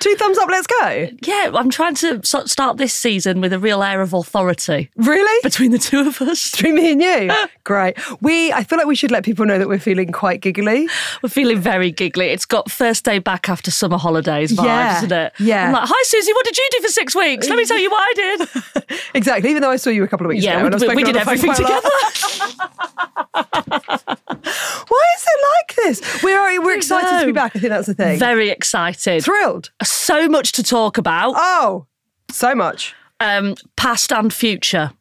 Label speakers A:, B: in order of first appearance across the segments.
A: Two thumbs up, let's go.
B: Yeah, I'm trying to so- start this season with a real air of authority
A: Really?
B: between the two of us.
A: Between me and you. Great. We I feel like we should let people know that we're feeling quite giggly.
B: We're feeling very giggly. It's got first day back after summer holidays vibes,
A: Yeah,
B: isn't it?
A: yeah.
B: I'm like, hi, Susie, what did you do for six weeks? Let me tell you what I did.
A: Exactly. Even though I saw you a couple of weeks
B: yeah,
A: ago and
B: we,
A: I've
B: we-
A: spoken on
B: we did
A: the phone
B: everything
A: quite a lot.
B: together.
A: Why is it like this? We're we're excited to be
B: know.
A: back. I think that's the thing.
B: very excited.
A: Thrilled.
B: So much to talk about,
A: Oh, so much.
B: um, past and future.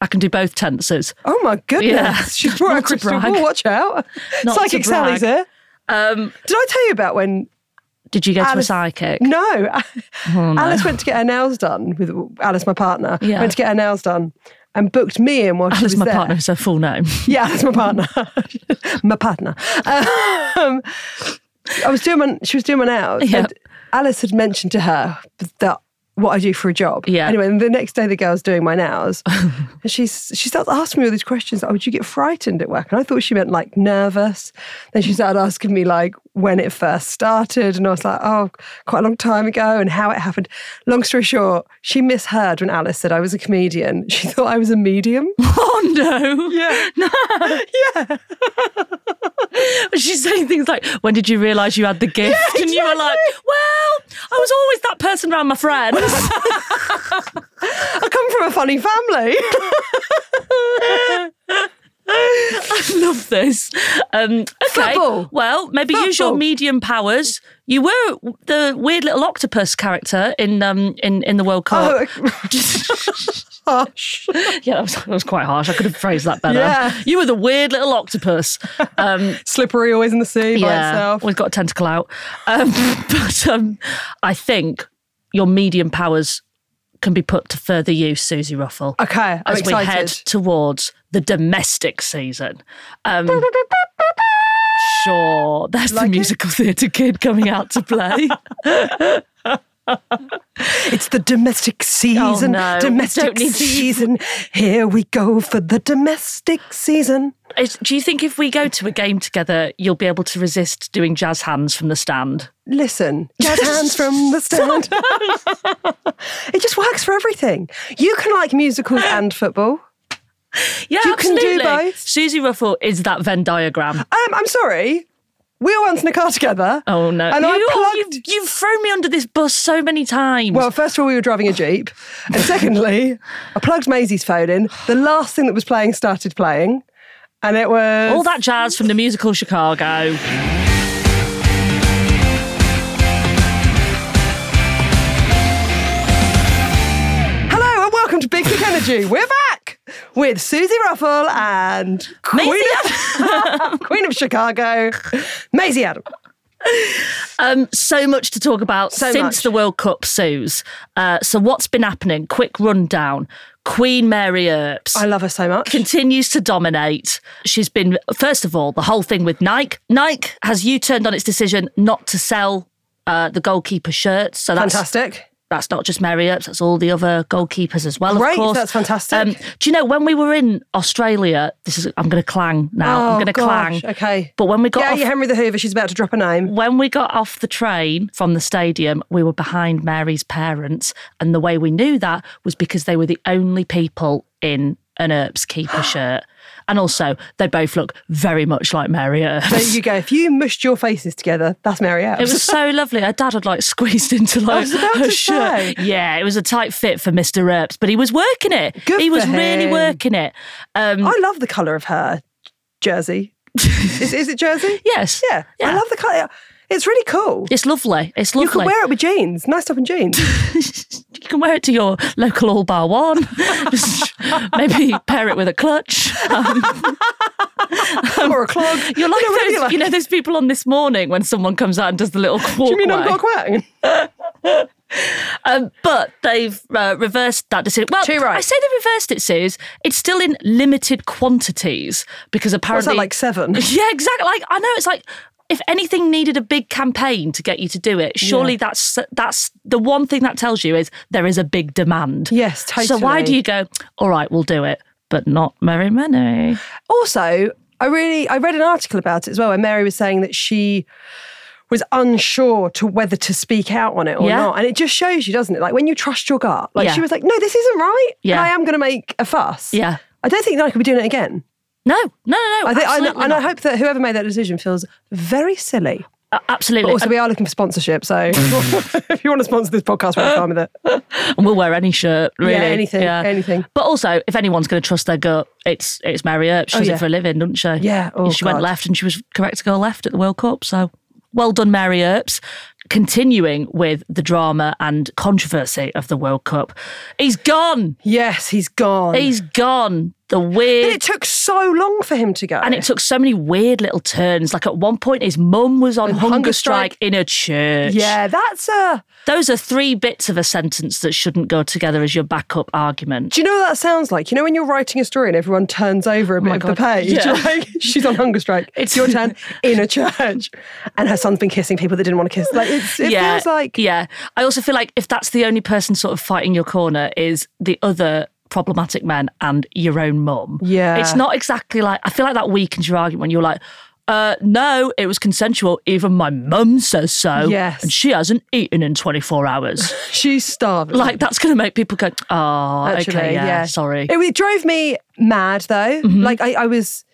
B: I can do both tenses.
A: Oh my goodness.
B: Yeah.
A: She's brought
B: Not
A: a
B: to
A: crystal
B: brag.
A: ball. Watch out.
B: Not to
A: Psychic Sally's here.
B: brag. Um,
A: Did I tell you about when?
B: did you go to a
A: Alice-
B: psychic?
A: No. Alice went to get her nails done with Alice, my partner.
B: Oh, Yeah.
A: Went to get her nails done and booked me in while she
B: Alice,
A: was
B: my
A: there.
B: partner, is her full name.
A: Yeah, that's my er partner. my partner. Um, I was doing my, she was doing my nails.
B: Yeah.
A: And Alice had mentioned to her that what I do for a job.
B: Yeah.
A: Anyway, and the next day the girl's doing my nails. and she's, she starts asking me all these questions. Oh, would you get frightened at work? And I thought she meant like nervous. Then she started asking me like when it first started. And I was like, oh, quite a long time ago and how it happened. Long story short, she misheard when Alice said I was a comedian. She thought I was a medium.
B: Oh no! Yeah, yeah. She's saying things like, "When did you realise you had the gift?" And you were like, "Well, I was always that person around my friends."
A: I come from a funny family.
B: I love this. Um, okay.
A: Football.
B: Well, maybe use your
A: Football.
B: medium powers. You were the weird little octopus character in um in, in the World
A: Oh.
B: Cup.
A: Harsh.
B: Yeah, that was, that was quite harsh. I could have phrased that better.
A: Yeah.
B: You were the weird little octopus. Um,
A: Slippery, always in the sea by
B: yeah,
A: itself.
B: we've got a tentacle out. Um, but um, I think your medium powers can be put to further use, Susie Ruffle.
A: Okay, I'm
B: as we head
A: excited.
B: towards the domestic season. Um, sure, that's the
A: Like it?
B: musical theatre kid coming out to play.
A: It's the domestic season.
B: Oh, no, we
A: domestic
B: don't need to-
A: season. Here we go for the domestic season.
B: Is- do you think if we go to a game together, you'll be able to resist doing jazz hands from the stand?
A: Listen, jazz hands from the stand. it just works for everything. You can like musicals and football.
B: Yeah,
A: You can do
B: absolutely.
A: both.
B: Susie Ruffle is that Venn diagram.
A: Um, I'm sorry. We were once in a car together.
B: Oh no!
A: And
B: you,
A: I
B: you-
A: plugged.
B: you've thrown me under this bus so many times.
A: Well, first of all, we were driving a Jeep. And secondly, I plugged Maisie's phone in. The last thing that was playing started playing. And it was.
B: All that jazz from the musical Chicago.
A: Hello and welcome to Big Kick Energy. We're back with Susie Ruffle and Queen, of, Queen of Chicago, Maisie Adam.
B: Um, so much to talk about since
A: much.
B: the World Cup, Suze. Uh, so what's been happening? Quick rundown. Queen Mary Earps
A: I love her so much.
B: continues to dominate. She's been, first of all, the whole thing with Nike. Nike has U-turned on its decision not to sell uh, the goalkeeper shirts. So that's
A: Fantastic.
B: that's not just Mary Earps, that's all the other goalkeepers as well.
A: Great,
B: of course. Um,
A: that's fantastic.
B: do you know when we were in Australia? This is I'm going to clang now.
A: Oh,
B: I'm going to
A: gosh,
B: clang.
A: okay.
B: But when we got
A: Yeah,
B: off,
A: you Henry the Hoover. She's about to drop a name.
B: when we got off the train from the stadium, we were behind Mary's parents, and the way we knew that was because they were the only people in an Earps keeper shirt, and also they both look very much like Mary Earps.
A: There you go. If you mushed your faces together, that's Mary Earps.
B: It was so lovely. Her dad had like squeezed into like
A: was about
B: her
A: to
B: shirt.
A: say.
B: Yeah, it was a tight fit for Mr. Earps, but he was working it.
A: Good
B: he
A: for
B: was really
A: him.
B: working it. Um,
A: I love the colour of her jersey. is, is it jersey?
B: yes.
A: Yeah. I love the colour. It's really cool.
B: It's lovely. It's lovely.
A: You can wear it with jeans. Nice stuff in jeans.
B: you can wear it to your local all bar one. Maybe pair it with a clutch. Um,
A: or a clog.
B: you're like
A: You know, really
B: those, you know, those people on this morning when someone comes out and does the little walkway.
A: You mean I'm not quacking?
B: um, but they've uh, reversed that decision. Well,
A: Too right.
B: I say they reversed it, Suze. It's still in limited quantities because
A: Was
B: apparently,
A: that like seven?
B: yeah, exactly. Like I know it's like. If anything needed a big campaign to get you to do it, surely that's that's the one thing that tells you is there is a big demand.
A: Yes,
B: So why
A: totally.
B: do you go, all right, we'll do it, but not very many?
A: Also, I really I read an article about it as well, where Mary was saying that she was unsure to whether to speak out on it or
B: Yeah.
A: not. And it just shows you, doesn't it? Like when you trust your gut, like
B: Yeah.
A: she was like, no, this isn't right. and
B: Yeah.
A: I am going to make a fuss.
B: Yeah.
A: I don't think that I could be doing it again.
B: No, no, no, no.
A: I think, I,
B: absolutely
A: and I
B: not.
A: hope that whoever made that decision feels very silly.
B: A- absolutely.
A: Also, Oh, we are looking for sponsorship, so if you want to sponsor this podcast, we're fine with it.
B: and we'll wear any shirt, really.
A: Yeah, anything,
B: Yeah.
A: anything.
B: But also, if anyone's going to trust their gut, it's it's Mary Earp. She does
A: Oh, yeah.
B: it for a living, doesn't she?
A: Yeah, oh,
B: she went
A: God.
B: left, and she was correct to go left at the World Cup. So, well done, Mary Earps. Continuing with the drama and controversy of the World Cup, he's gone.
A: Yes, he's gone.
B: He's gone. The
A: but
B: weird
A: it took so long for him to go.
B: and it took so many weird little turns. Like at one point, his mum was on hunger,
A: hunger
B: strike,
A: strike.
B: in a church.
A: yeah, that's uh, a.
B: Those are three bits of a sentence that shouldn't go together as your backup argument.
A: Do you know what that sounds like? You know when you're writing a story and everyone turns over a bit of the
B: Oh God.
A: page?
B: Yeah.
A: Like, she's on hunger strike. It's your turn in a church. And her son's been kissing people that didn't want to kiss. Like it's, it
B: yeah,
A: feels like
B: yeah. I also feel like if that's the only person sort of fighting your corner is the other problematic men and your own mum.
A: Yeah.
B: it's not exactly like I feel like that weakens your argument when you're like. Uh, no, it was consensual. Even my mum says so.
A: Yes.
B: And she hasn't eaten in 24 hours.
A: she's starving.
B: like that's going to make people go, oh,
A: actually.
B: okay, yeah,
A: yeah,
B: sorry. Mm-hmm.
A: It, it drove me mad though. Like I, I was,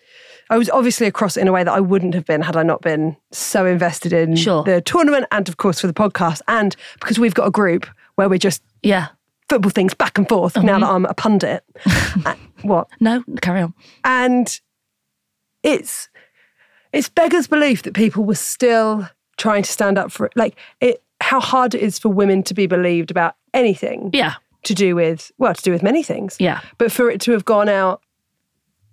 A: I was obviously across it in a way that I wouldn't have been had I not been so invested in
B: Sure.
A: the tournament and of course for the podcast and because we've got a group where we're just
B: yeah,
A: football things back and forth
B: Mm-hmm.
A: now that I'm a pundit. Uh, what
B: no, carry on.
A: and it's it's beggars belief that people were still trying to stand up for it. Like it, how hard it is for women to be believed about anything
B: Yeah,
A: to do with well to do with many things
B: yeah.
A: but for it to have gone out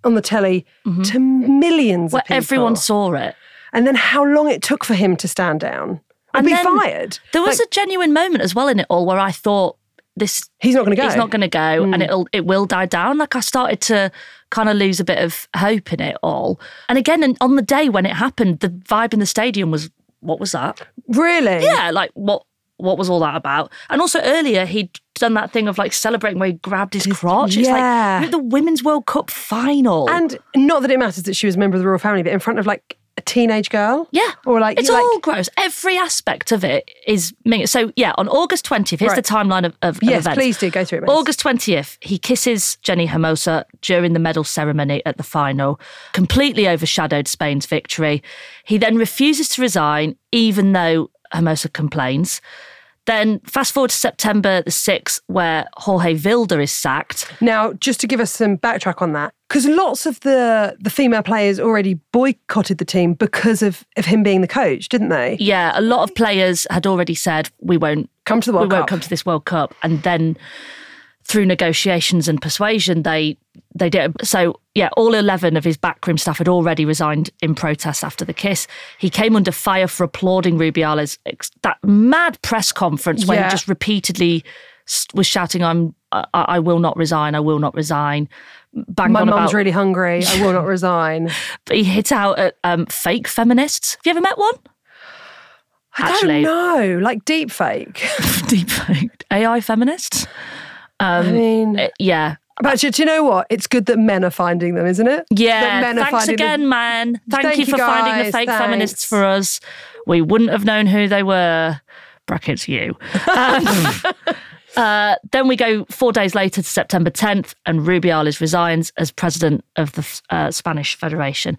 A: on the telly
B: Mm-hmm.
A: to millions
B: Where
A: of people,
B: everyone saw it.
A: and then how long it took for him to stand down and be
B: then
A: fired.
B: There was a genuine moment as well in it all where I thought this
A: He's not going to go.
B: is not going to go
A: Hmm.
B: and it'll it will die down. Like I started to kind of lose a bit of hope in it all. And again, and on the day when it happened, the vibe in the stadium was what was that?
A: really.
B: yeah, like what what was all that about? And also earlier he'd done that thing of like celebrating where he grabbed his crotch. It's
A: yeah.
B: like you're at the women's World Cup final.
A: And not that it matters that she was a member of the royal family, but in front of like a teenage girl.
B: yeah.
A: Or like
B: it's
A: you,
B: all
A: like,
B: gross. Every aspect of it is me. So yeah, on August 20th, here's
A: Right.
B: the timeline of, of, of
A: yes,
B: events.
A: please do go through it. Miss.
B: August 20th, he kisses Jenny Hermosa during the medal ceremony at the final, completely overshadowed Spain's victory. He then refuses to resign, even though Hermosa complains. Then fast forward to September the 6th, where Jorge Vilda is sacked.
A: Now, just to give us some backtrack on that, because lots of the the female players already boycotted the team because of of him being the coach, didn't they?
B: Yeah, a lot of players had already said, we won't
A: Come to the World
B: we won't
A: Cup.
B: come to this World Cup. And then through negotiations and persuasion, they they did. So yeah, all eleven of his backroom staff had already resigned in protest after the kiss. He came under fire for applauding Rubiales ex- that mad press conference where he
A: Yeah.
B: just repeatedly s- was shouting, "I'm I, I will not resign. I will not resign." Banged
A: My
B: on
A: mum's
B: about,
A: really hungry. I will not resign.
B: but he hit out at um, fake feminists. Have you ever met one?
A: I
B: actually.
A: don't know, like deep fake.
B: Deep faked AI feminists.
A: I mean,
B: Uh, yeah,
A: but actually, do you know what? It's good that men are finding them, isn't it?
B: Yeah,
A: That men are
B: thanks
A: finding
B: again, man. Thank,
A: Thank
B: you
A: you
B: for finding the
A: guys,
B: fake
A: thanks.
B: feminists for us. We wouldn't have known who they were. Brackets you. Um, uh, then we go four days later to September 10th, and Rubiales resigns as president of the uh, Spanish Federation.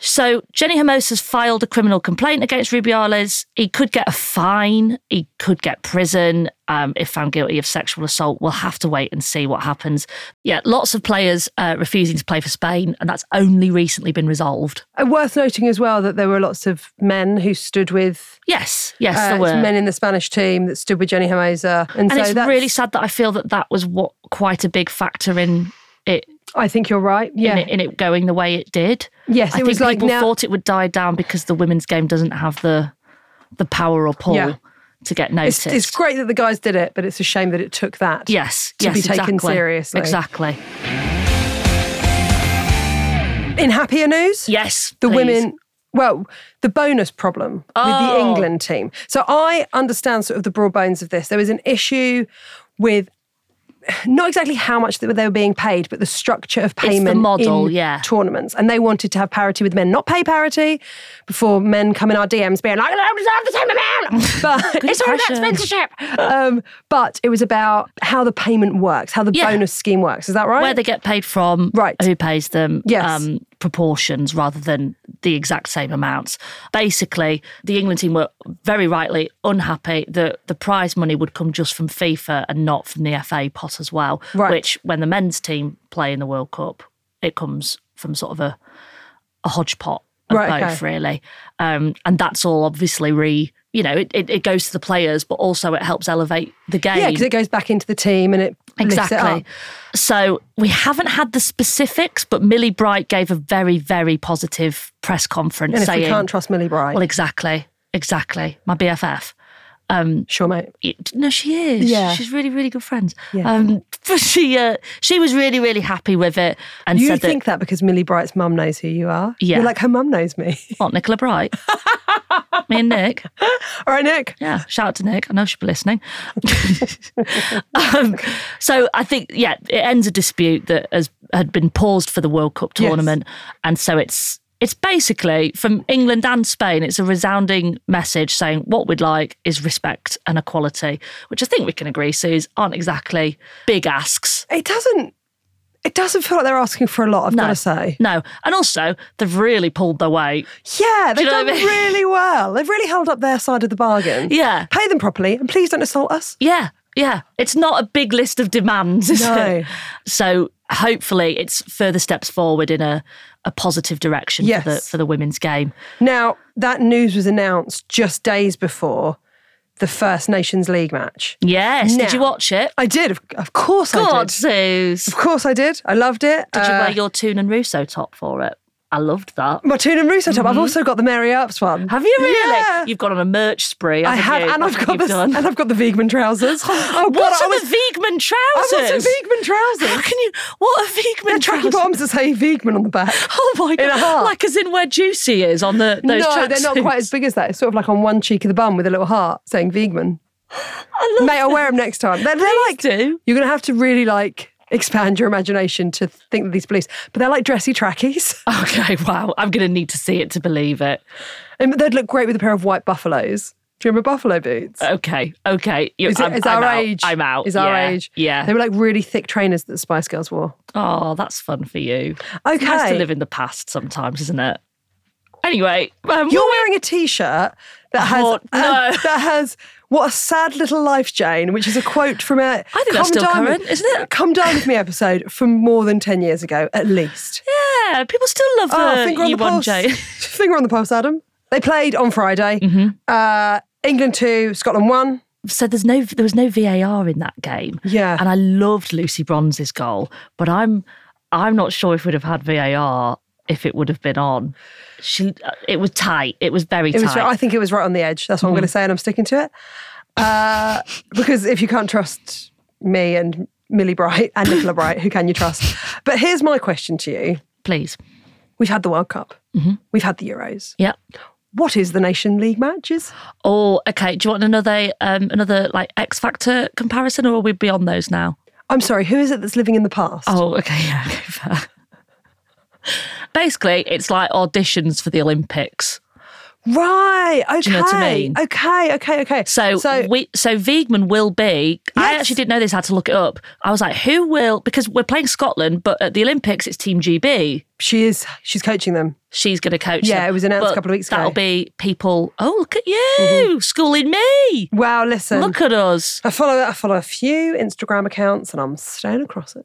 B: So Jenny Hermosa's filed a criminal complaint against Rubiales. He could get a fine. He could get prison. Um, if found guilty of sexual assault, we'll have to wait and see what happens. Yeah, lots of players uh, refusing to play for Spain, and that's only recently been resolved.
A: Uh, Worth noting as well that there were lots of men who stood with
B: Yes, yes, there
A: uh,
B: were.
A: men in the Spanish team that stood with Jenny Hermosa, and,
B: and
A: so
B: it's
A: that's,
B: really sad that I feel that that was what quite a big factor in it
A: I think you're right. Yeah,
B: in it, in it going the way it did.
A: yes, it
B: I think
A: was like
B: people
A: now.
B: thought it would die down because the women's game doesn't have the the power or pull
A: Yeah.
B: to get
A: It's,
B: noticed.
A: it's great that the guys did it, but it's a shame that it took that.
B: yes,
A: to
B: yes,
A: be taken
B: exactly.
A: seriously.
B: Exactly.
A: In happier news,
B: Yes,
A: the
B: please.
A: women well the bonus problem with the
B: Oh.
A: england team so i understand sort of the broad bones of this there was an issue with not exactly how much they were, they were being paid, but the structure of
B: the
A: payment
B: model,
A: in
B: yeah.
A: tournaments. And they wanted to have parity with men, not pay parity. Before men come in our DMs being like, "I don't deserve the same amount," but it's all about
B: impression.
A: sponsorship. Um, but it was about how the payment works, how the
B: Yeah.
A: bonus scheme works. Is that right?
B: Where they get paid from,
A: Right.
B: who pays them, um,
A: Yes.
B: proportions rather than the exact same amounts. Basically, the England team were very rightly unhappy that the prize money would come just from FIFA and not from the FA pot as well,
A: Right.
B: which when the men's team play in the World Cup, it comes from sort of a, a hodgepot of
A: Right,
B: both,
A: okay.
B: really. Um, and that's all obviously re, you know, it, it, it goes to the players, but also it helps elevate the game.
A: yeah, because it goes back into the team and it lifts it up.
B: Exactly. So we haven't had the specifics, but Millie Bright gave a very, very positive press conference
A: And if
B: saying,
A: we can't trust Millie Bright,
B: "Well, exactly, exactly, my BFF."
A: sure, mate.
B: It- no, she is.
A: Yeah.
B: she's really, really good friends.
A: Yeah.
B: Um, but she, uh, she was really, really happy with it, and
A: You
B: said
A: think that because Millie Bright's mum knows who you are?
B: Yeah.
A: You're like, her mum knows me.
B: that what Nicola Bright, me and Nick.
A: All right, Nick.
B: Yeah, shout out to Nick. I know she'll be listening. um, so I think, yeah, it ends a dispute that has had been paused for the World Cup
A: Yes.
B: tournament, and so it's it's basically from England and Spain. It's a resounding message saying what we'd like is respect and equality, which I think we can agree, Suze, aren't exactly big asks.
A: It doesn't. It doesn't feel like they're asking for a lot. I've got to say.
B: No, and also they've really pulled their weight.
A: Yeah, they've
B: you know
A: done
B: what I mean?
A: really well. They've really held up their side of the bargain.
B: Yeah.
A: Pay them properly and please don't assault us.
B: Yeah, yeah. It's not a big list of demands, is
A: No.
B: it? So hopefully it's further steps forward in a, a positive direction
A: Yes.
B: for, the, for the women's game.
A: Now, that news was announced just days before the First Nations League match.
B: Yes. Did you
A: Now-
B: watch it?
A: I did, of, of course I
B: God,
A: did.
B: Suze.
A: Of course I did. I loved it.
B: Did you
A: Uh,
B: wear your Toon and Russo top for it? I loved that.
A: my tune and Russo top? I've also got the Mary Earps one.
B: Mm-hmm. Have you really?
A: Yeah.
B: You've gone on a merch spree.
A: I have,
B: you?
A: and I've
B: That's
A: got
B: what you've
A: the
B: done.
A: and I've got the Wiegman trousers. Oh God,
B: What
A: I
B: are
A: was
B: the Wiegman
A: I was
B: trousers?
A: in Wiegman
B: How
A: trousers.
B: can you? What are Wiegman
A: Tracky
B: trousers?
A: bottoms that say Wiegman on the back.
B: Oh my god!
A: a heart.
B: Like as in where Juicy is on the those
A: no, they're not
B: tracksuits.
A: quite as big as that. It's sort of like on one cheek of the bum with a little heart saying Wiegman. Mate, I'll wear them next time. They're, they're
B: Please
A: like,
B: do.
A: you're going to have to really like expand your imagination to think that these beliefs, but they're like dressy trackies.
B: Okay, wow. I'm going to need to see it to believe it.
A: And they'd look great with a pair of white buffaloes. Do you remember buffalo boots?
B: Okay, okay. You-
A: Is, it,
B: I'm,
A: is
B: I'm
A: our
B: out.
A: age?
B: I'm out.
A: Is our
B: Yeah,
A: age?
B: Yeah.
A: They were like really thick trainers that the Spice Girls wore.
B: Oh, that's fun for you.
A: Okay.
B: It's nice to live in the past sometimes, isn't it? Anyway, um,
A: You're wearing a T-shirt that has
B: Oh, no.
A: uh, that has what a sad little life, Jane, which is a quote from a
B: I think that's still current, isn't it?
A: Come down with me episode from more than ten years ago, at least.
B: yeah, people still love uh,
A: Oh, finger on the pulse.
B: E1J.
A: finger on the pulse, Adam. They played on Friday.
B: Mm-hmm.
A: Uh, England two, Scotland one.
B: so there's no there was no VAR in that game.
A: Yeah.
B: And I loved Lucy Bronze's goal, but I'm I'm not sure if we'd have had VAR if it would have been on. She uh, it was tight. It was very
A: It was.
B: tight. Mm-hmm.
A: I think it was right on the edge. That's what I'm going to say, and I'm sticking to it. Uh, because if you can't trust me and Millie Bright and Nicola Bright, who can you trust? But here's my question to you.
B: Please.
A: We've had the World Cup.
B: Mm-hmm.
A: We've had the Euros.
B: Yeah.
A: What is the Nation League matches?
B: Or okay, do you want another um another like X Factor comparison or are we beyond those now?
A: I'm sorry, who is it that's living in the past?
B: Oh, okay, yeah, okay, fair. Basically, it's like auditions for the Olympics.
A: Right. Okay.
B: you know what I mean?
A: Okay. Okay. Okay.
B: So, we so Wiegman will be. I
A: Yes.
B: actually didn't know this. I had to look it up. I was like, who will? Because we're playing Scotland, but at the Olympics it's Team GB.
A: she is. She's coaching them.
B: She's going to coach.
A: Yeah,
B: them.
A: it was announced a
B: But
A: couple of weeks ago. Mm-hmm.
B: That'll be people. Oh, look at you schooling me.
A: Wow. Listen.
B: Look at us.
A: I follow. I follow a few Instagram accounts, and I'm staying across it.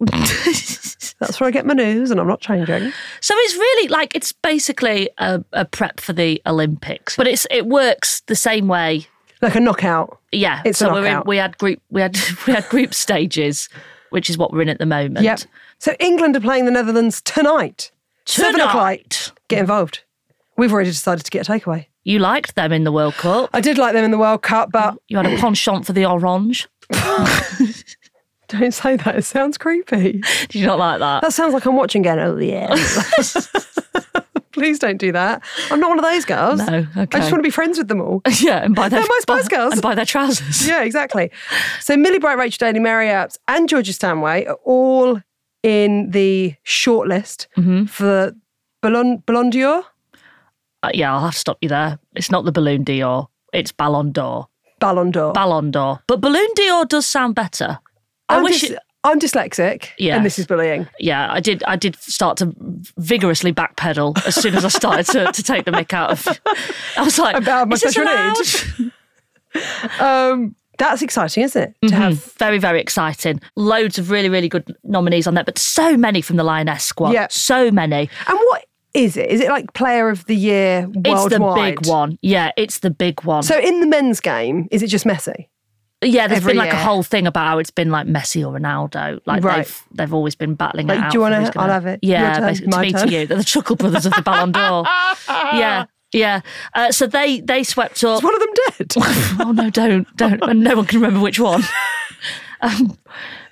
A: That's where I get my news, and I'm not changing.
B: So it's really like it's basically a, a prep for the Olympics, but it's it works the same way
A: Like a knockout.
B: Yeah.
A: It's a
B: so we're in,
A: knockout.
B: we had group we had we had group stages, which is what we're in at the moment.
A: Yep. So England are playing the Netherlands tonight. Seven o'clock.
B: Tonight.
A: Get involved. We've already decided to get a takeaway.
B: You liked them in the World Cup.
A: I did like them in the World Cup, but
B: You had a penchant for the orange.
A: don't say that. It sounds creepy.
B: Did you not like that?
A: That sounds like I'm watching again. Oh, yeah. Please don't do that. I'm not one of those girls.
B: No,
A: I
B: okay.
A: just want to be friends with them all.
B: yeah, and buy their
A: They're my Spice
B: buy-
A: Girls.
B: and buy their trousers.
A: yeah, exactly. So Millie Bright, Rachel Daly, Mary Apps, and Georgia Stanway are all in the shortlist
B: Mm-hmm.
A: for Ballon, Ballon d'Or?
B: Uh, yeah, I'll have to stop you there. It's not the Balloon Dior. It's Ballon d'Or.
A: Ballon d'Or.
B: Ballon d'Or. But Balloon Dior does sound better. I
A: I'm,
B: wish
A: dys-
B: it,
A: I'm dyslexic,
B: Yes.
A: and this is bullying.
B: yeah, I did I did start to vigorously backpedal as soon as I started to, to take the mick out of I was like
A: About my
B: Is this
A: special
B: allowed?
A: needs. Um, that's exciting, isn't it? To have
B: Very, very exciting. Loads of really, really good nominees on there, but so many from the Lioness squad.
A: Yeah.
B: So many.
A: and what is it? Is it like Player of the Year
B: Mm-hmm. It's
A: worldwide?
B: the big one. Yeah, it's the big one.
A: So in the men's game, is it just Messi?
B: yeah, there's
A: every
B: been like a
A: year.
B: whole thing about how it's been like Messi or Ronaldo. Like
A: Right.
B: they've they've always been battling
A: Like,
B: it out.
A: do you
B: for
A: wanna-
B: who's gonna-
A: I'll have it. Your
B: Yeah,
A: turn,
B: basically,
A: my
B: to me
A: turn.
B: to you. They're the Chuckle Brothers of the Ballon d'Or. yeah, yeah. Uh, so they they swept up.
A: Is one of them dead?
B: oh no, don't don't. And no one can remember which one.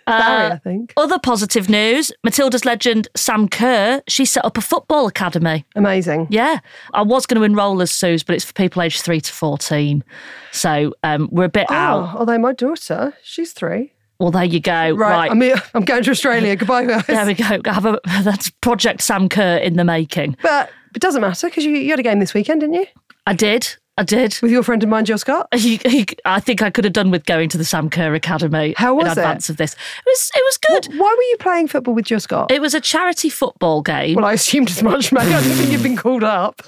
A: Barry, I think.
B: Other positive news: Matilda's legend Sam Kerr. She set up a football academy.
A: Amazing.
B: Yeah, I was going to enrol as Suze, but it's for people aged three to fourteen. So um, we're a bit out.
A: Oh, although my daughter, she's three.
B: Well, there you go.
A: Right.
B: Right.
A: I mean, I'm going to Australia. Goodbye, guys.
B: there we go. Have a, that's Project Sam Kerr in the making.
A: But it doesn't matter because you, you had a game this weekend, didn't you?
B: I did. I did.
A: With your friend of mine, Jill Scott.
B: He- he- I think I could have done with going to the Sam Kerr Academy
A: How was
B: in
A: it?
B: advance of this. It was it was good.
A: Why were you playing football with Jill Scott?
B: It was a charity football game.
A: well, I assumed as much, mate. I didn't think you'd been called up.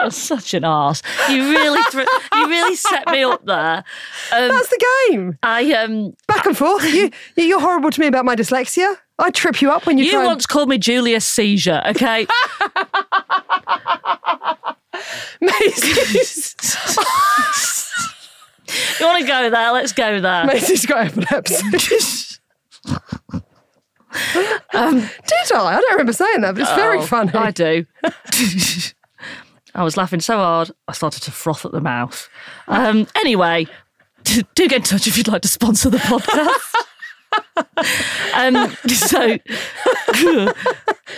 B: You're such an arse. You really thre- you really set me up there. Um,
A: That's the game.
B: I um
A: Back and forth. You, you- you're horrible to me about my dyslexia. I trip you up when you,
B: you
A: try. and-
B: once called me Julius Caesar, okay?
A: Maisie's,
B: you want to go there? Let's go there.
A: Maisie's got epilepsy. Did I? I don't remember saying that, but it's very
B: Oh,
A: funny.
B: I do. I was laughing so hard, I started to froth at the mouth. Um, anyway, do get in touch if you'd like to sponsor the podcast. um, so,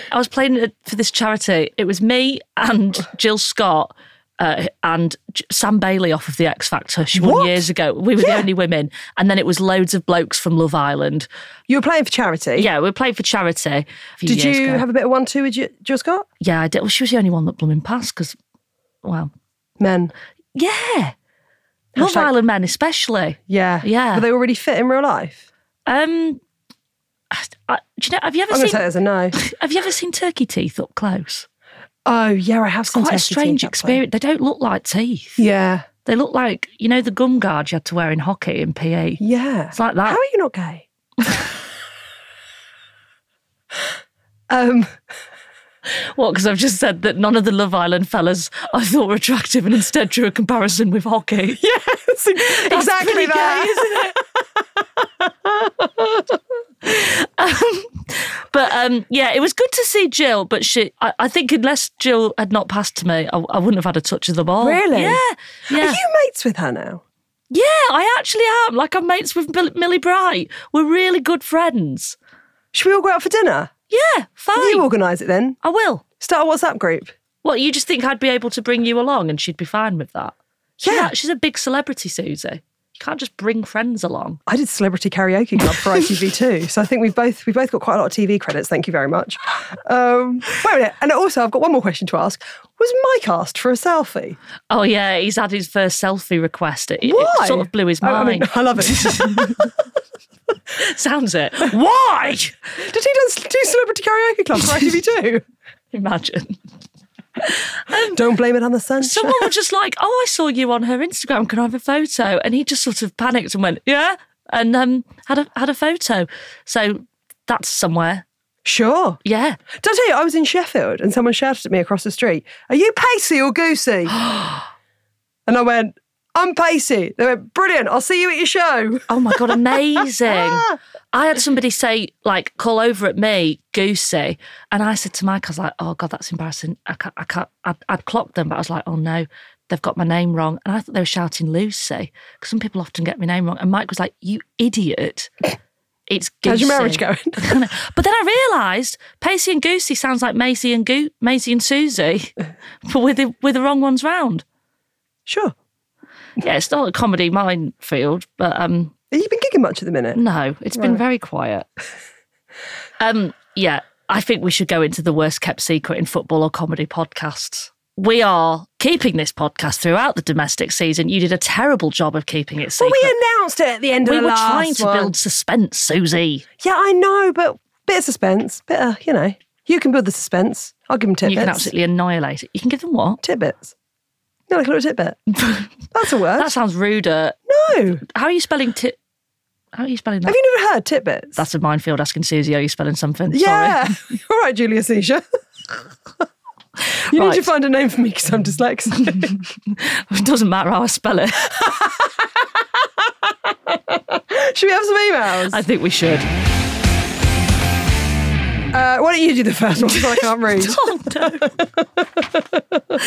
B: I was playing it for this charity. It was me and Jill Scott. Uh, and J- Sam Bailey off of the X Factor. She won
A: What?
B: years ago. We were the only women, and then it was loads of blokes from Love Island.
A: you were playing for charity.
B: Yeah, we played for charity. a few
A: Did
B: years
A: you
B: ago.
A: have a bit of one-two with Ju- Jill Scott?
B: Yeah, I did. Well, she was the only one that blooming passed because, well,
A: Men.
B: yeah. Love
A: Hashtag-
B: Island men, especially.
A: Yeah.
B: Yeah.
A: Were they already fit in real life?
B: Um, I, do you know? Have you ever
A: I'm going to
B: seen?
A: say it as a no.
B: Have you ever seen turkey teeth up close?
A: Oh, yeah, I have seen
B: Quite a
A: turkey
B: strange
A: teeth up there.
B: experience. They don't look like teeth.
A: Yeah.
B: They look like you know the gum guard you had to wear in hockey in PE.
A: Yeah.
B: It's like
A: How
B: that.
A: are you not gay? um,
B: What? Because I've just said that none of the Love Island fellas I thought were attractive, and instead drew a comparison with hockey.
A: yes, exactly
B: pretty
A: that.
B: But um, yeah, it was good to see Jill. But she, I, I think, unless Jill had not passed to me, I, I wouldn't have had a touch of the ball.
A: Really?
B: Yeah, yeah,
A: Are you mates with her now?
B: yeah. I actually am. Like I'm mates with Bill, Millie Bright. We're really good friends.
A: Should we all go out for dinner?
B: Yeah, fine.
A: You organise it then.
B: I will.
A: Start a WhatsApp group.
B: What you just think I'd be able to bring you along, and she'd be fine with that? She's
A: Yeah.
B: a- she's a big celebrity, Susie. You can't just bring friends along.
A: I did Celebrity Karaoke Club for ITV too, so I think we've both we've both got quite a lot of TV credits. Thank you very much. Um, wait a minute, and also I've got one more question to ask. Was Mike asked for a selfie?
B: Oh yeah, he's had his first selfie request. It, it
A: Why?
B: sort of blew his
A: I,
B: mind.
A: I mean, I love it.
B: Sounds it. Why?
A: Did he do, do Celebrity Karaoke Club for ITV2?
B: Imagine.
A: Don't blame it on the sun.
B: Someone was just like, "Oh, I saw you on her Instagram. Can I have a photo?" And he just sort of panicked and went, "Yeah," and um, had a had a photo. So that's somewhere.
A: Sure.
B: Yeah.
A: Did I tell you, I was in Sheffield and someone shouted at me across the street, Are you Pacey or Goosey? and I went, I'm Pacey. They went, Brilliant. I'll see you at your show.
B: Oh my god, amazing! I had somebody say like, "Call over at me, Goosey," and I said to Mike, "I was like, oh god, that's embarrassing. I can't, I can't. I'd, I'd clocked them, but I was like, oh no." They've got my name wrong. And I thought they were shouting Lucy because some people often get my name wrong. And Mike was like, You idiot. it's Goosey.
A: How's your marriage going?
B: but then I realised Pacey and Goosey sounds like Maisie and Go- Maisie and Susie, but with the, with the wrong ones round.
A: sure.
B: Yeah, it's not a comedy minefield, but um,
A: Have you been gigging much at the minute?
B: no, it's been very quiet. Um, yeah, I think we should go into the worst kept secret in football or comedy podcasts. We are keeping this podcast throughout the domestic season. You did a terrible job of keeping it
A: Well,
B: secret.
A: we announced it at the end of
B: We
A: the
B: were
A: last
B: trying to
A: one.
B: build suspense, Susie.
A: Yeah, I know, but bit of suspense, bit of, you know, you can build the suspense. I'll give them tidbits.
B: You can absolutely annihilate it. You can give them what?
A: Tidbits. No, like a little tidbit. That's a word.
B: That sounds ruder.
A: no.
B: How are you spelling tit? How are you spelling that?
A: Have you never heard tidbits?
B: That's a minefield asking Susie, are you spelling something?
A: yeah.
B: Sorry.
A: All right, Julia Seizure. you need to
B: Right.
A: find a name for me because I'm dyslexic.
B: It doesn't matter how I spell it.
A: Should we have some emails?
B: I think we should.
A: Uh, why don't you do the first one because I can't read?
B: Oh,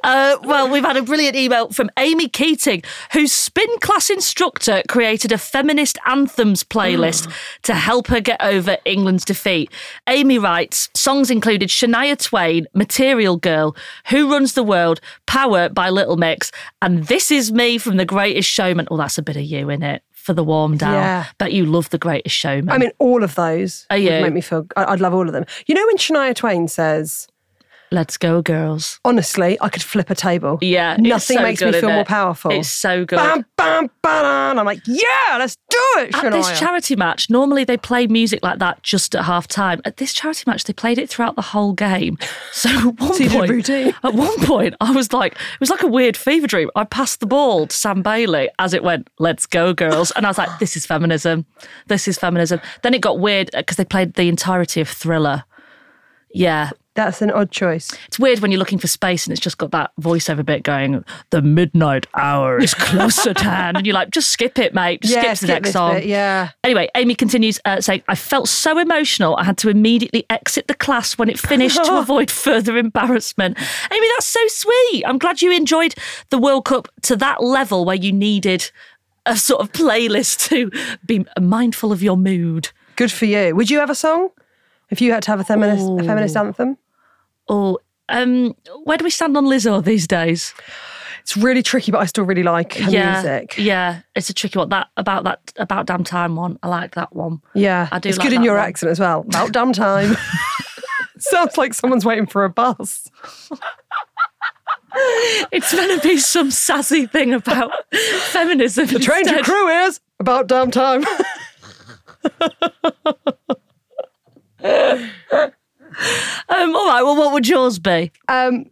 B: no. uh, well, we've had a brilliant email from Amy Keating, whose spin class instructor created a feminist anthems
A: Mm.
B: playlist to help her get over England's defeat. Amy writes songs included Shania Twain, Material Girl, Who Runs the World, Power by Little Mix, and This Is Me from The Greatest Showman. Oh, that's a bit of you in it for the warm down.
A: Yeah.
B: But you love The Greatest Showman.
A: I mean, all of those
B: Are
A: would
B: you?
A: make me feel. I- I'd love all of them. You know when Shania Twain says,
B: Let's go, girls.
A: "Honestly, I could flip a table."
B: Yeah, it's
A: nothing
B: so
A: makes
B: good,
A: me feel
B: isn't
A: more
B: it?
A: powerful.
B: It's so good.
A: Bam, bam, bam. I'm like, yeah, let's do it,
B: At
A: Shania.
B: this charity match, normally they play music like that just at half time. At this charity match, they played it throughout the whole game. So at one
A: So you did a
B: point,
A: routine.
B: at one point, I was like, it was like a weird fever dream. I passed the ball to Sam Bailey as it went, "Let's go, girls," and I was like, "This is feminism. This is feminism." Then it got weird because they played the entirety of Thriller. Yeah,
A: That's an odd choice.
B: it's weird when you're looking for space and it's just got that voiceover bit going, the midnight hour is close at hand. And you're like, just skip it, mate. Just
A: Yeah,
B: skip to the
A: skip
B: next
A: this
B: song.
A: bit, yeah.
B: Anyway, Amy continues uh, saying, I felt so emotional, I had to immediately exit the class when it finished to avoid further embarrassment. Amy, that's so sweet. I'm glad you enjoyed the World Cup to that level where you needed a sort of playlist to be mindful of your mood.
A: Good for you. Would you have a song if you had to have a feminist, a feminist anthem?
B: Or, um, where do we stand on Lizzo these days?
A: It's really tricky, but I still really like her
B: yeah,
A: music.
B: Yeah, it's a tricky one. That about that about damn time one. I like that one.
A: Yeah,
B: I do
A: It's
B: like
A: good in
B: that
A: your
B: one.
A: accent as well. About damn time. Sounds like someone's waiting for a bus.
B: It's meant to be some sassy thing about feminism.
A: The train to
B: instead.
A: crew is about damn time.
B: Um, all right. Well, what would yours be?
A: Um,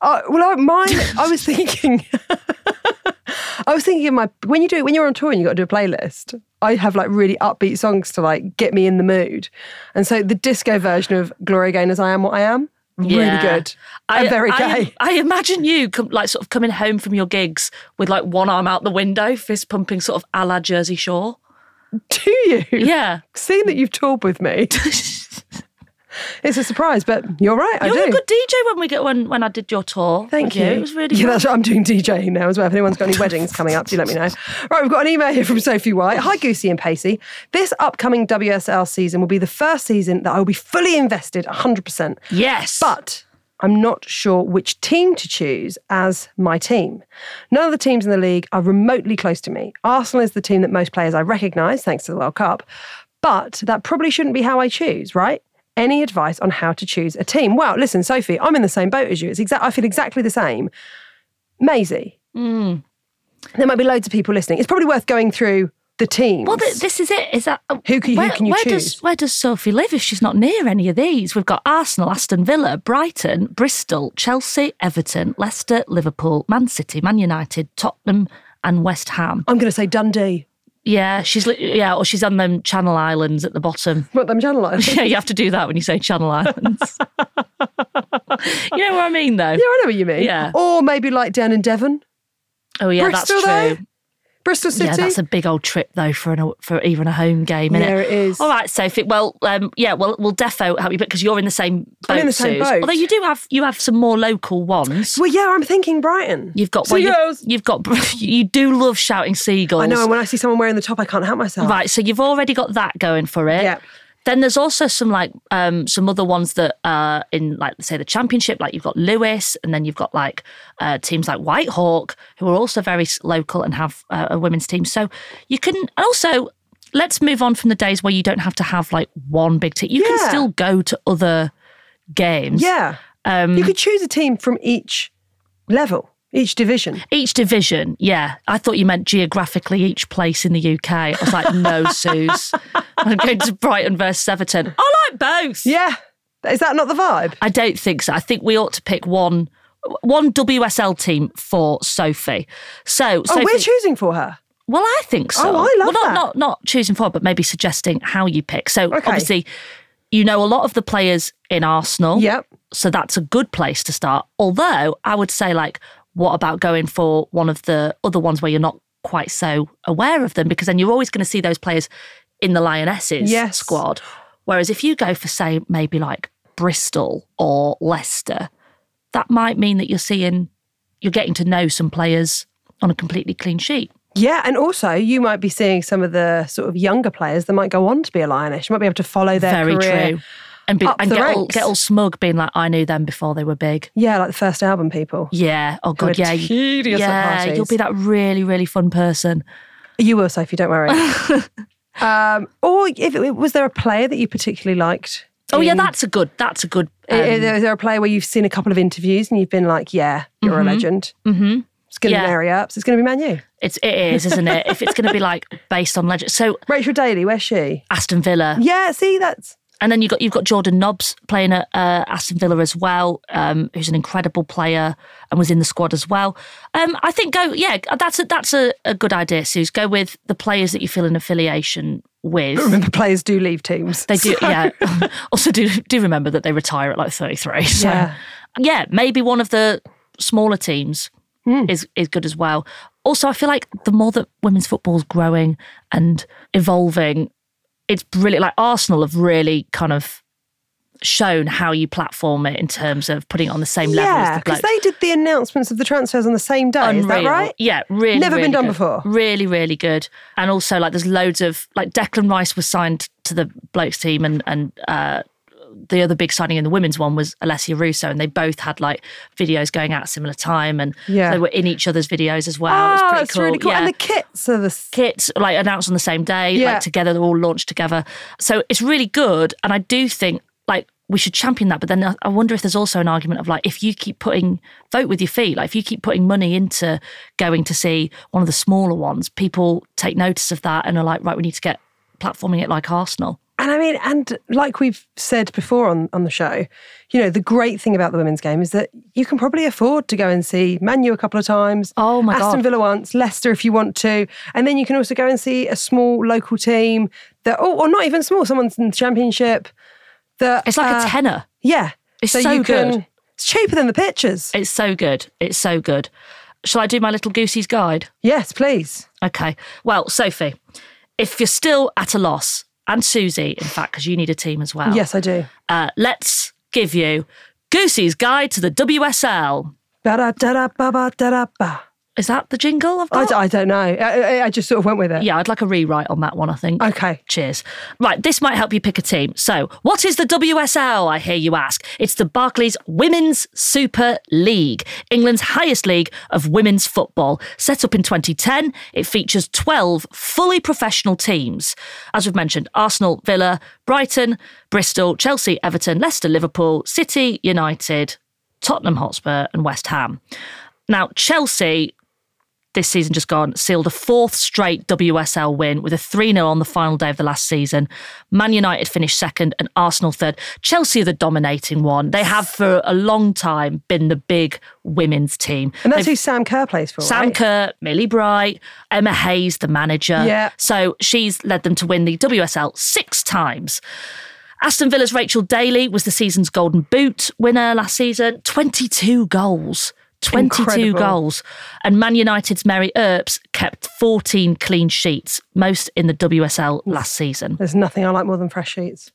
A: I well, I, mine. I was thinking. I was thinking in my when you do when you're on tour and you got to do a playlist. I have like really upbeat songs to like get me in the mood, and so the disco version of "Gloria Gaynor's I Am What I Am" really
B: Yeah.
A: good. I, am very gay.
B: I, imagine you com- like sort of coming home from your gigs with like one arm out the window, fist pumping, sort of a la Jersey Shore.
A: do you?
B: Yeah.
A: Seeing that you've toured with me, it's a surprise. But you're right. I
B: You were
A: do.
B: a good DJ when we get when when I did your tour.
A: Thank
B: with
A: you.
B: It was really
A: yeah.
B: good.
A: That's, I'm doing DJing now as well. If anyone's got any weddings coming up, do let me know. Right, we've got an email here from Sophie White. Hi, Goosey and Pacey. This upcoming WSL season will be the first season that I will be fully invested 100%.
B: yes.
A: But I'm not sure which team to choose as my team. None of the teams in the league are remotely close to me. Arsenal is the team that most players I recognise, thanks to the World Cup. But that probably shouldn't be how I choose, right? Any advice on how to choose a team? Well, listen, Sophie, I'm in the same boat as you. It's exact. I feel exactly the same. Maisie.
B: Hmm.
A: There might be loads of people listening. It's probably worth going through the teams.
B: Well, th- this is it. Is that uh,
A: Who can- who
B: where,
A: can you
B: where
A: choose?
B: Does, where does Sophie live if she's not near any of these? We've got Arsenal, Aston Villa, Brighton, Bristol, Chelsea, Everton, Leicester, Liverpool, Man City, Man United, Tottenham, and West Ham.
A: I'm going to say Dundee.
B: Yeah, she's li- yeah, or she's on them Channel Islands at the bottom.
A: Put them channel lines.
B: Yeah, you have to do that when you say Channel Islands. you know what I mean, though.
A: Yeah, I know what you mean.
B: Yeah.
A: Or maybe like down in Devon.
B: Oh yeah,
A: Bristol,
B: that's
A: though?
B: true.
A: Bristol City.
B: Yeah, that's a big old trip though for an, for even a home game, is
A: Yeah, it is.
B: All right, Sophie. Well, um, yeah, well, we'll defo help you because you're in the same boat.
A: I'm in the same
B: Suze.
A: boat.
B: Although you do have you have some more local ones.
A: well, yeah, I'm thinking Brighton.
B: You've got well,
A: seagulls.
B: You, have got you do love shouting seagulls.
A: I know, and when I see someone wearing the top, I can't help myself.
B: Right, so you've already got that going for it.
A: Yeah.
B: Then there's also some like um, some other ones that are in like say the championship, like you've got Lewis, and then you've got like uh, teams like Whitehawk, who are also very s- local and have uh, a women's team. So you can and also let's move on from the days where you don't have to have like one big team. You
A: Yeah.
B: can still go to other games.
A: Yeah.
B: Um,
A: you could choose a team from each level, each division.
B: Each division, yeah. I thought you meant geographically each place in the UK. I was like, no, Suze. I'm going to Brighton versus Everton. I like both.
A: Yeah. Is that not the vibe?
B: I don't think so. I think we ought to pick one one WSL team for Sophie. So,
A: Oh,
B: Sophie,
A: we're choosing for her.
B: well, I think so.
A: Oh, I love
B: well, not,
A: that.
B: Not not choosing for, but maybe suggesting how you pick. So
A: Okay.
B: obviously, you know a lot of the players in Arsenal.
A: Yep.
B: So that's a good place to start. Although I would say, like, what about going for one of the other ones where you're not quite so aware of them? Because then you're always going to see those players in the Lionesses
A: Yes.
B: squad. Whereas if you go for, say, maybe like Bristol or Leicester, that might mean that you're seeing, you're getting to know some players on a completely clean sheet.
A: Yeah, and also you might be seeing some of the sort of younger players that might go on to be a lioness. You might be able to follow their
B: Very
A: career.
B: true. And, be,
A: up
B: and
A: the
B: get, all,
A: ranks.
B: get all smug being like, I knew them before they were big.
A: Yeah, like the first album people.
B: Yeah. Oh,
A: were
B: God. Yeah. you-
A: tedious at
B: yeah.
A: parties.
B: You'll be that really, really fun person.
A: You will, Sophie. Don't worry. um, or if it, was there a player that you particularly liked?
B: Oh, yeah.
A: in-
B: That's a good, that's a good.
A: i-
B: um,
A: is there- is there a player where you've seen a couple of interviews and you've been like, "Yeah, you're a legend." Mm-hmm. It's going to
B: Yeah.
A: be Mary Ups. It's going to be Manu.
B: it's, it is, isn't it? if it's going to be like based on legend. So
A: Rachel Daly, where's she?
B: Aston Villa.
A: Yeah, see, that's
B: And then you got you've got Jordan Nobbs playing at uh, Aston Villa as well, um, who's an incredible player and was in the squad as well. Um, I think go yeah, that's a, that's a, a good idea, Suze. Go with the players that you feel an affiliation with.
A: remember players do leave teams.
B: They do, yeah. also, do do remember that they retire at like thirty three. So.
A: Yeah.
B: yeah, maybe one of the smaller teams
A: Hmm.
B: is is good as well. Also, I feel like the more that women's football's growing and evolving, it's brilliant. Like Arsenal have really kind of shown how you platform it in terms of putting it on the same level as
A: Yeah,
B: the
A: because
B: blokes.
A: they did the announcements of the transfers on the same day. Is that
B: Unreal.
A: right?
B: Yeah, really.
A: Never been
B: really
A: done
B: good.
A: before.
B: Really, really good. And also, like, there's loads of like Declan Rice was signed to the blokes team, and and uh, the other big signing in the women's one was Alessia Russo, and they both had like videos going out at similar time, and
A: Yeah.
B: they were in each other's videos as well. it was
A: Oh,
B: pretty
A: that's
B: cool.
A: really cool.
B: Yeah.
A: And the kits are the s-
B: Kits like announced on the same day,
A: Yeah.
B: like together, they're all launched together. So it's really good. And I do think like we should champion that. But then I- I wonder if there's also an argument of like if you keep putting vote with your feet, like if you keep putting money into going to see one of the smaller ones, people take notice of that and are like, right, we need to get platforming it like Arsenal.
A: And I mean, and like we've said before on, on the show, you know, the great thing about the women's game is that you can probably afford to go and see Manu a couple of times.
B: Oh my
A: Aston
B: God.
A: Villa once, Leicester if you want to. And then you can also go and see a small local team that, oh, or not even small, someone's in the championship. That,
B: It's like
A: uh,
B: a tenner.
A: Yeah.
B: It's so
A: you can,
B: good.
A: It's cheaper than the pictures.
B: It's so good. It's so good. Shall I do my little goosey's guide?
A: Yes, please.
B: Okay. Well, Sophie, if you're still at a loss, and Susie, in fact, because you need a team as well.
A: Yes, I do.
B: uh, let's give you Goosey's Guide to the WSL.
A: Ba-da-da-da-ba-ba-da-da-ba.
B: Is that the jingle I've
A: I,
B: got?
A: d- I don't know. I, I- I just sort of went with it.
B: yeah, I'd like a rewrite on that one, I think.
A: Okay.
B: Cheers. Right, this might help you pick a team. So, what is the WSL? I hear you ask. It's the Barclays Women's Super League, England's highest league of women's football. Set up in 2010, it features 12 fully professional teams. As we've mentioned, Arsenal, Villa, Brighton, Bristol, Chelsea, Everton, Leicester, Liverpool, City, United, Tottenham Hotspur, and West Ham. Now, Chelsea this season just gone, sealed a fourth straight WSL win with a 3 0 on the final day of the last season. Man United finished second and Arsenal third. Chelsea are the dominating one. They have for a long time been the big women's team.
A: And that's who Sam Kerr plays for.
B: Sam
A: right?
B: Kerr, Millie Bright, Emma Hayes, the manager.
A: Yeah.
B: So she's led them to win the WSL six times. Aston Villa's Rachel Daly was the season's Golden Boot winner last season. 22 goals. 22
A: Incredible.
B: goals. And Man United's Mary Earps kept 14 clean sheets, most in the WSL last season.
A: There's nothing I like more than fresh sheets.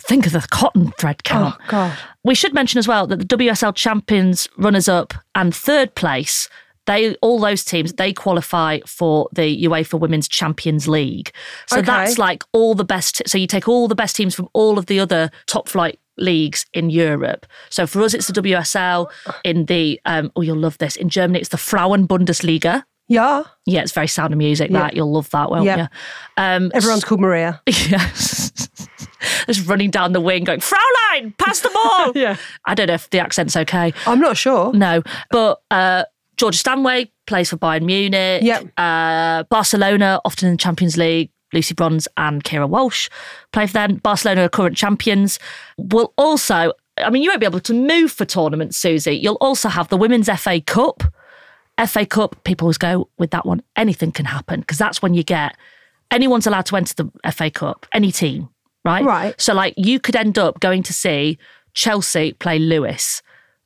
B: Think of the cotton thread count.
A: Oh, God.
B: We should mention as well that the WSL champions, runners up, and third place, they all those teams they qualify for the UEFA Women's Champions League. So
A: Okay.
B: that's like all the best. So you take all the best teams from all of the other top flight leagues in Europe. So for us, it's the WSL. In the um, oh, you'll love this. In Germany, it's the Frauen Bundesliga.
A: Yeah.
B: Yeah, it's very sound of music. That you'll love that, won't
A: Yeah.
B: you? Um,
A: Everyone's called Maria.
B: Yes. Just running down the wing going, Fraulein, pass the ball.
A: Yeah.
B: I don't know if the accent's okay.
A: I'm not sure.
B: No. But uh, Georgia Stanway plays for Bayern Munich.
A: Yep.
B: Uh, Barcelona, often in the Champions League. Lucy Bronze and Kira Walsh play for them. Barcelona are current champions. Will also, I mean, you won't be able to move for tournaments, Susie. You'll also have the Women's FA Cup. FA Cup, people always go with that one. Anything can happen because that's when you get anyone's allowed to enter the FA Cup, any team, right?
A: Right.
B: So, like, you could end up going to see Chelsea play Lewis,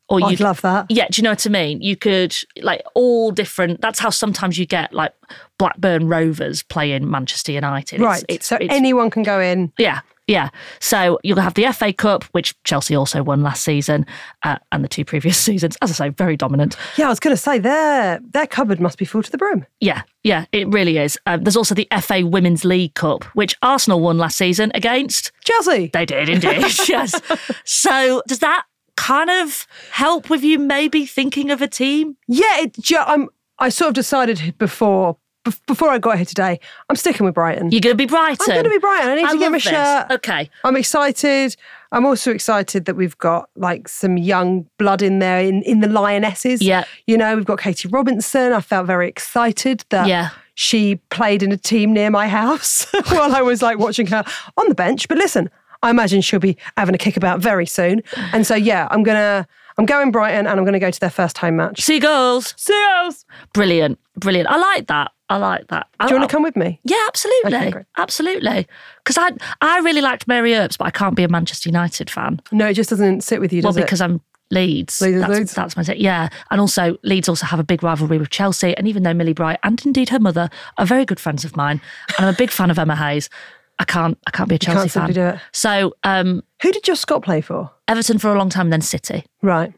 B: or
A: I'd
B: you'd
A: love that.
B: yeah, do you know what I mean? You could like all different. That's how sometimes you get like Blackburn Rovers playing Manchester United. It's-
A: Right.
B: It's,
A: so
B: it's-
A: anyone can go in.
B: yeah, yeah. So you'll have the FA Cup, which Chelsea also won last season, uh, and the two previous seasons. As I say, very dominant.
A: Yeah, I was going to say their their cupboard must be full to the brim.
B: Yeah, yeah, it really is. Um, there's also the FA Women's League Cup, which Arsenal won last season against.
A: Chelsea.
B: They did indeed. yes. So does that kind of help with you maybe thinking of a team?
A: Yeah, it, ju- I'm. I sort of decided before bef- before I got here today. I'm sticking with Brighton.
B: You're going to be Brighton.
A: I'm going to be Brighton. I need
B: I
A: to get
B: love
A: my
B: this.
A: shirt.
B: Okay.
A: I'm excited. I'm also excited that we've got like some young blood in there in, in the lionesses.
B: Yeah.
A: You know, we've got Katie Robinson. I felt very excited that
B: Yeah.
A: she played in a team near my house while I was like watching her on the bench. But listen, I imagine she'll be having a kickabout very soon. And so yeah, I'm gonna I'm going Brighton and I'm gonna go to their first home match.
B: Seagulls.
A: Seals!
B: Brilliant. Brilliant. I like that. I like that.
A: Do you wanna come with me?
B: Yeah, absolutely.
A: Okay, great.
B: absolutely. Because I I really liked Mary Earps, but I can't be a Manchester United fan.
A: No, it just doesn't sit with you,
B: Well,
A: does it?
B: because I'm Leeds.
A: Leeds is
B: that's,
A: Leeds.
B: that's my take. Yeah. And also, Leeds also have a big rivalry with Chelsea. And even though Millie Bright and indeed her mother are very good friends of mine, and I'm a big fan of Emma Hayes, I can't I can't be a Chelsea
A: can't simply
B: fan.
A: do it.
B: So um,
A: Who did your Scott play for?
B: Everton for a long time, then City.
A: Right. And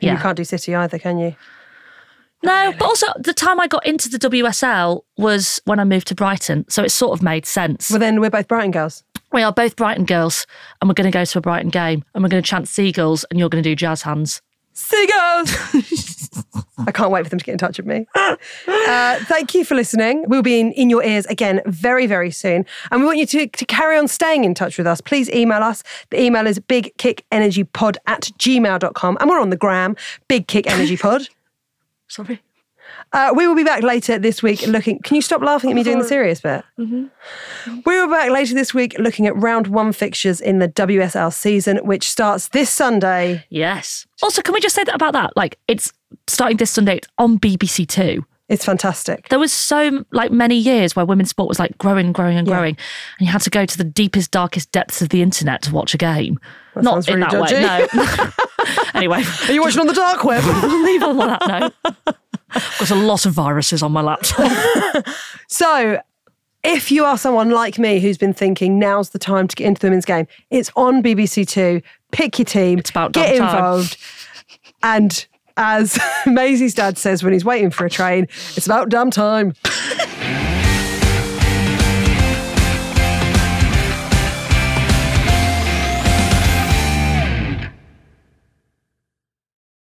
A: You
B: Yeah.
A: can't do City either, can you?
B: No, but also the time I got into the WSL was when I moved to Brighton, so it sort of made sense.
A: Well then we're both Brighton girls.
B: We are both Brighton girls, and we're going to go to a Brighton game, and we're going to chant seagulls, and you're going to do jazz hands.
A: Seagulls! I can't wait for them to get in touch with me. Uh, thank you for listening. We'll be in, in your ears again very, very soon. And we want you to, to carry on staying in touch with us. Please email us. The email is bigkickenergypod at gmail.com. And we're on the gram, Big Kick Energy Pod.
B: Sorry.
A: Uh, we will be back later this week looking. Can you stop laughing at me doing the serious bit? We will be back later this week looking at round one fixtures in the WSL season, which starts this Sunday.
B: Yes. Also, can we just say that about that? Like, it's starting this Sunday. It's on BBC Two.
A: It's fantastic.
B: There was so like many years where women's sport was like growing, growing, and growing, and you had to go to the deepest, darkest depths of the internet to watch a game.
A: sounds
B: Not in
A: really
B: that way. No. anyway,
A: Are you watching on the dark web?
B: leave on that note. I've got a lot of viruses on my laptop.
A: So, if you are someone like me who's been thinking now's the time to get into the women's game, it's on BBC Two. Pick your team. It's
B: about
A: get
B: damn time.
A: involved. And as Maisie's dad says when he's waiting for a train, it's about damn time.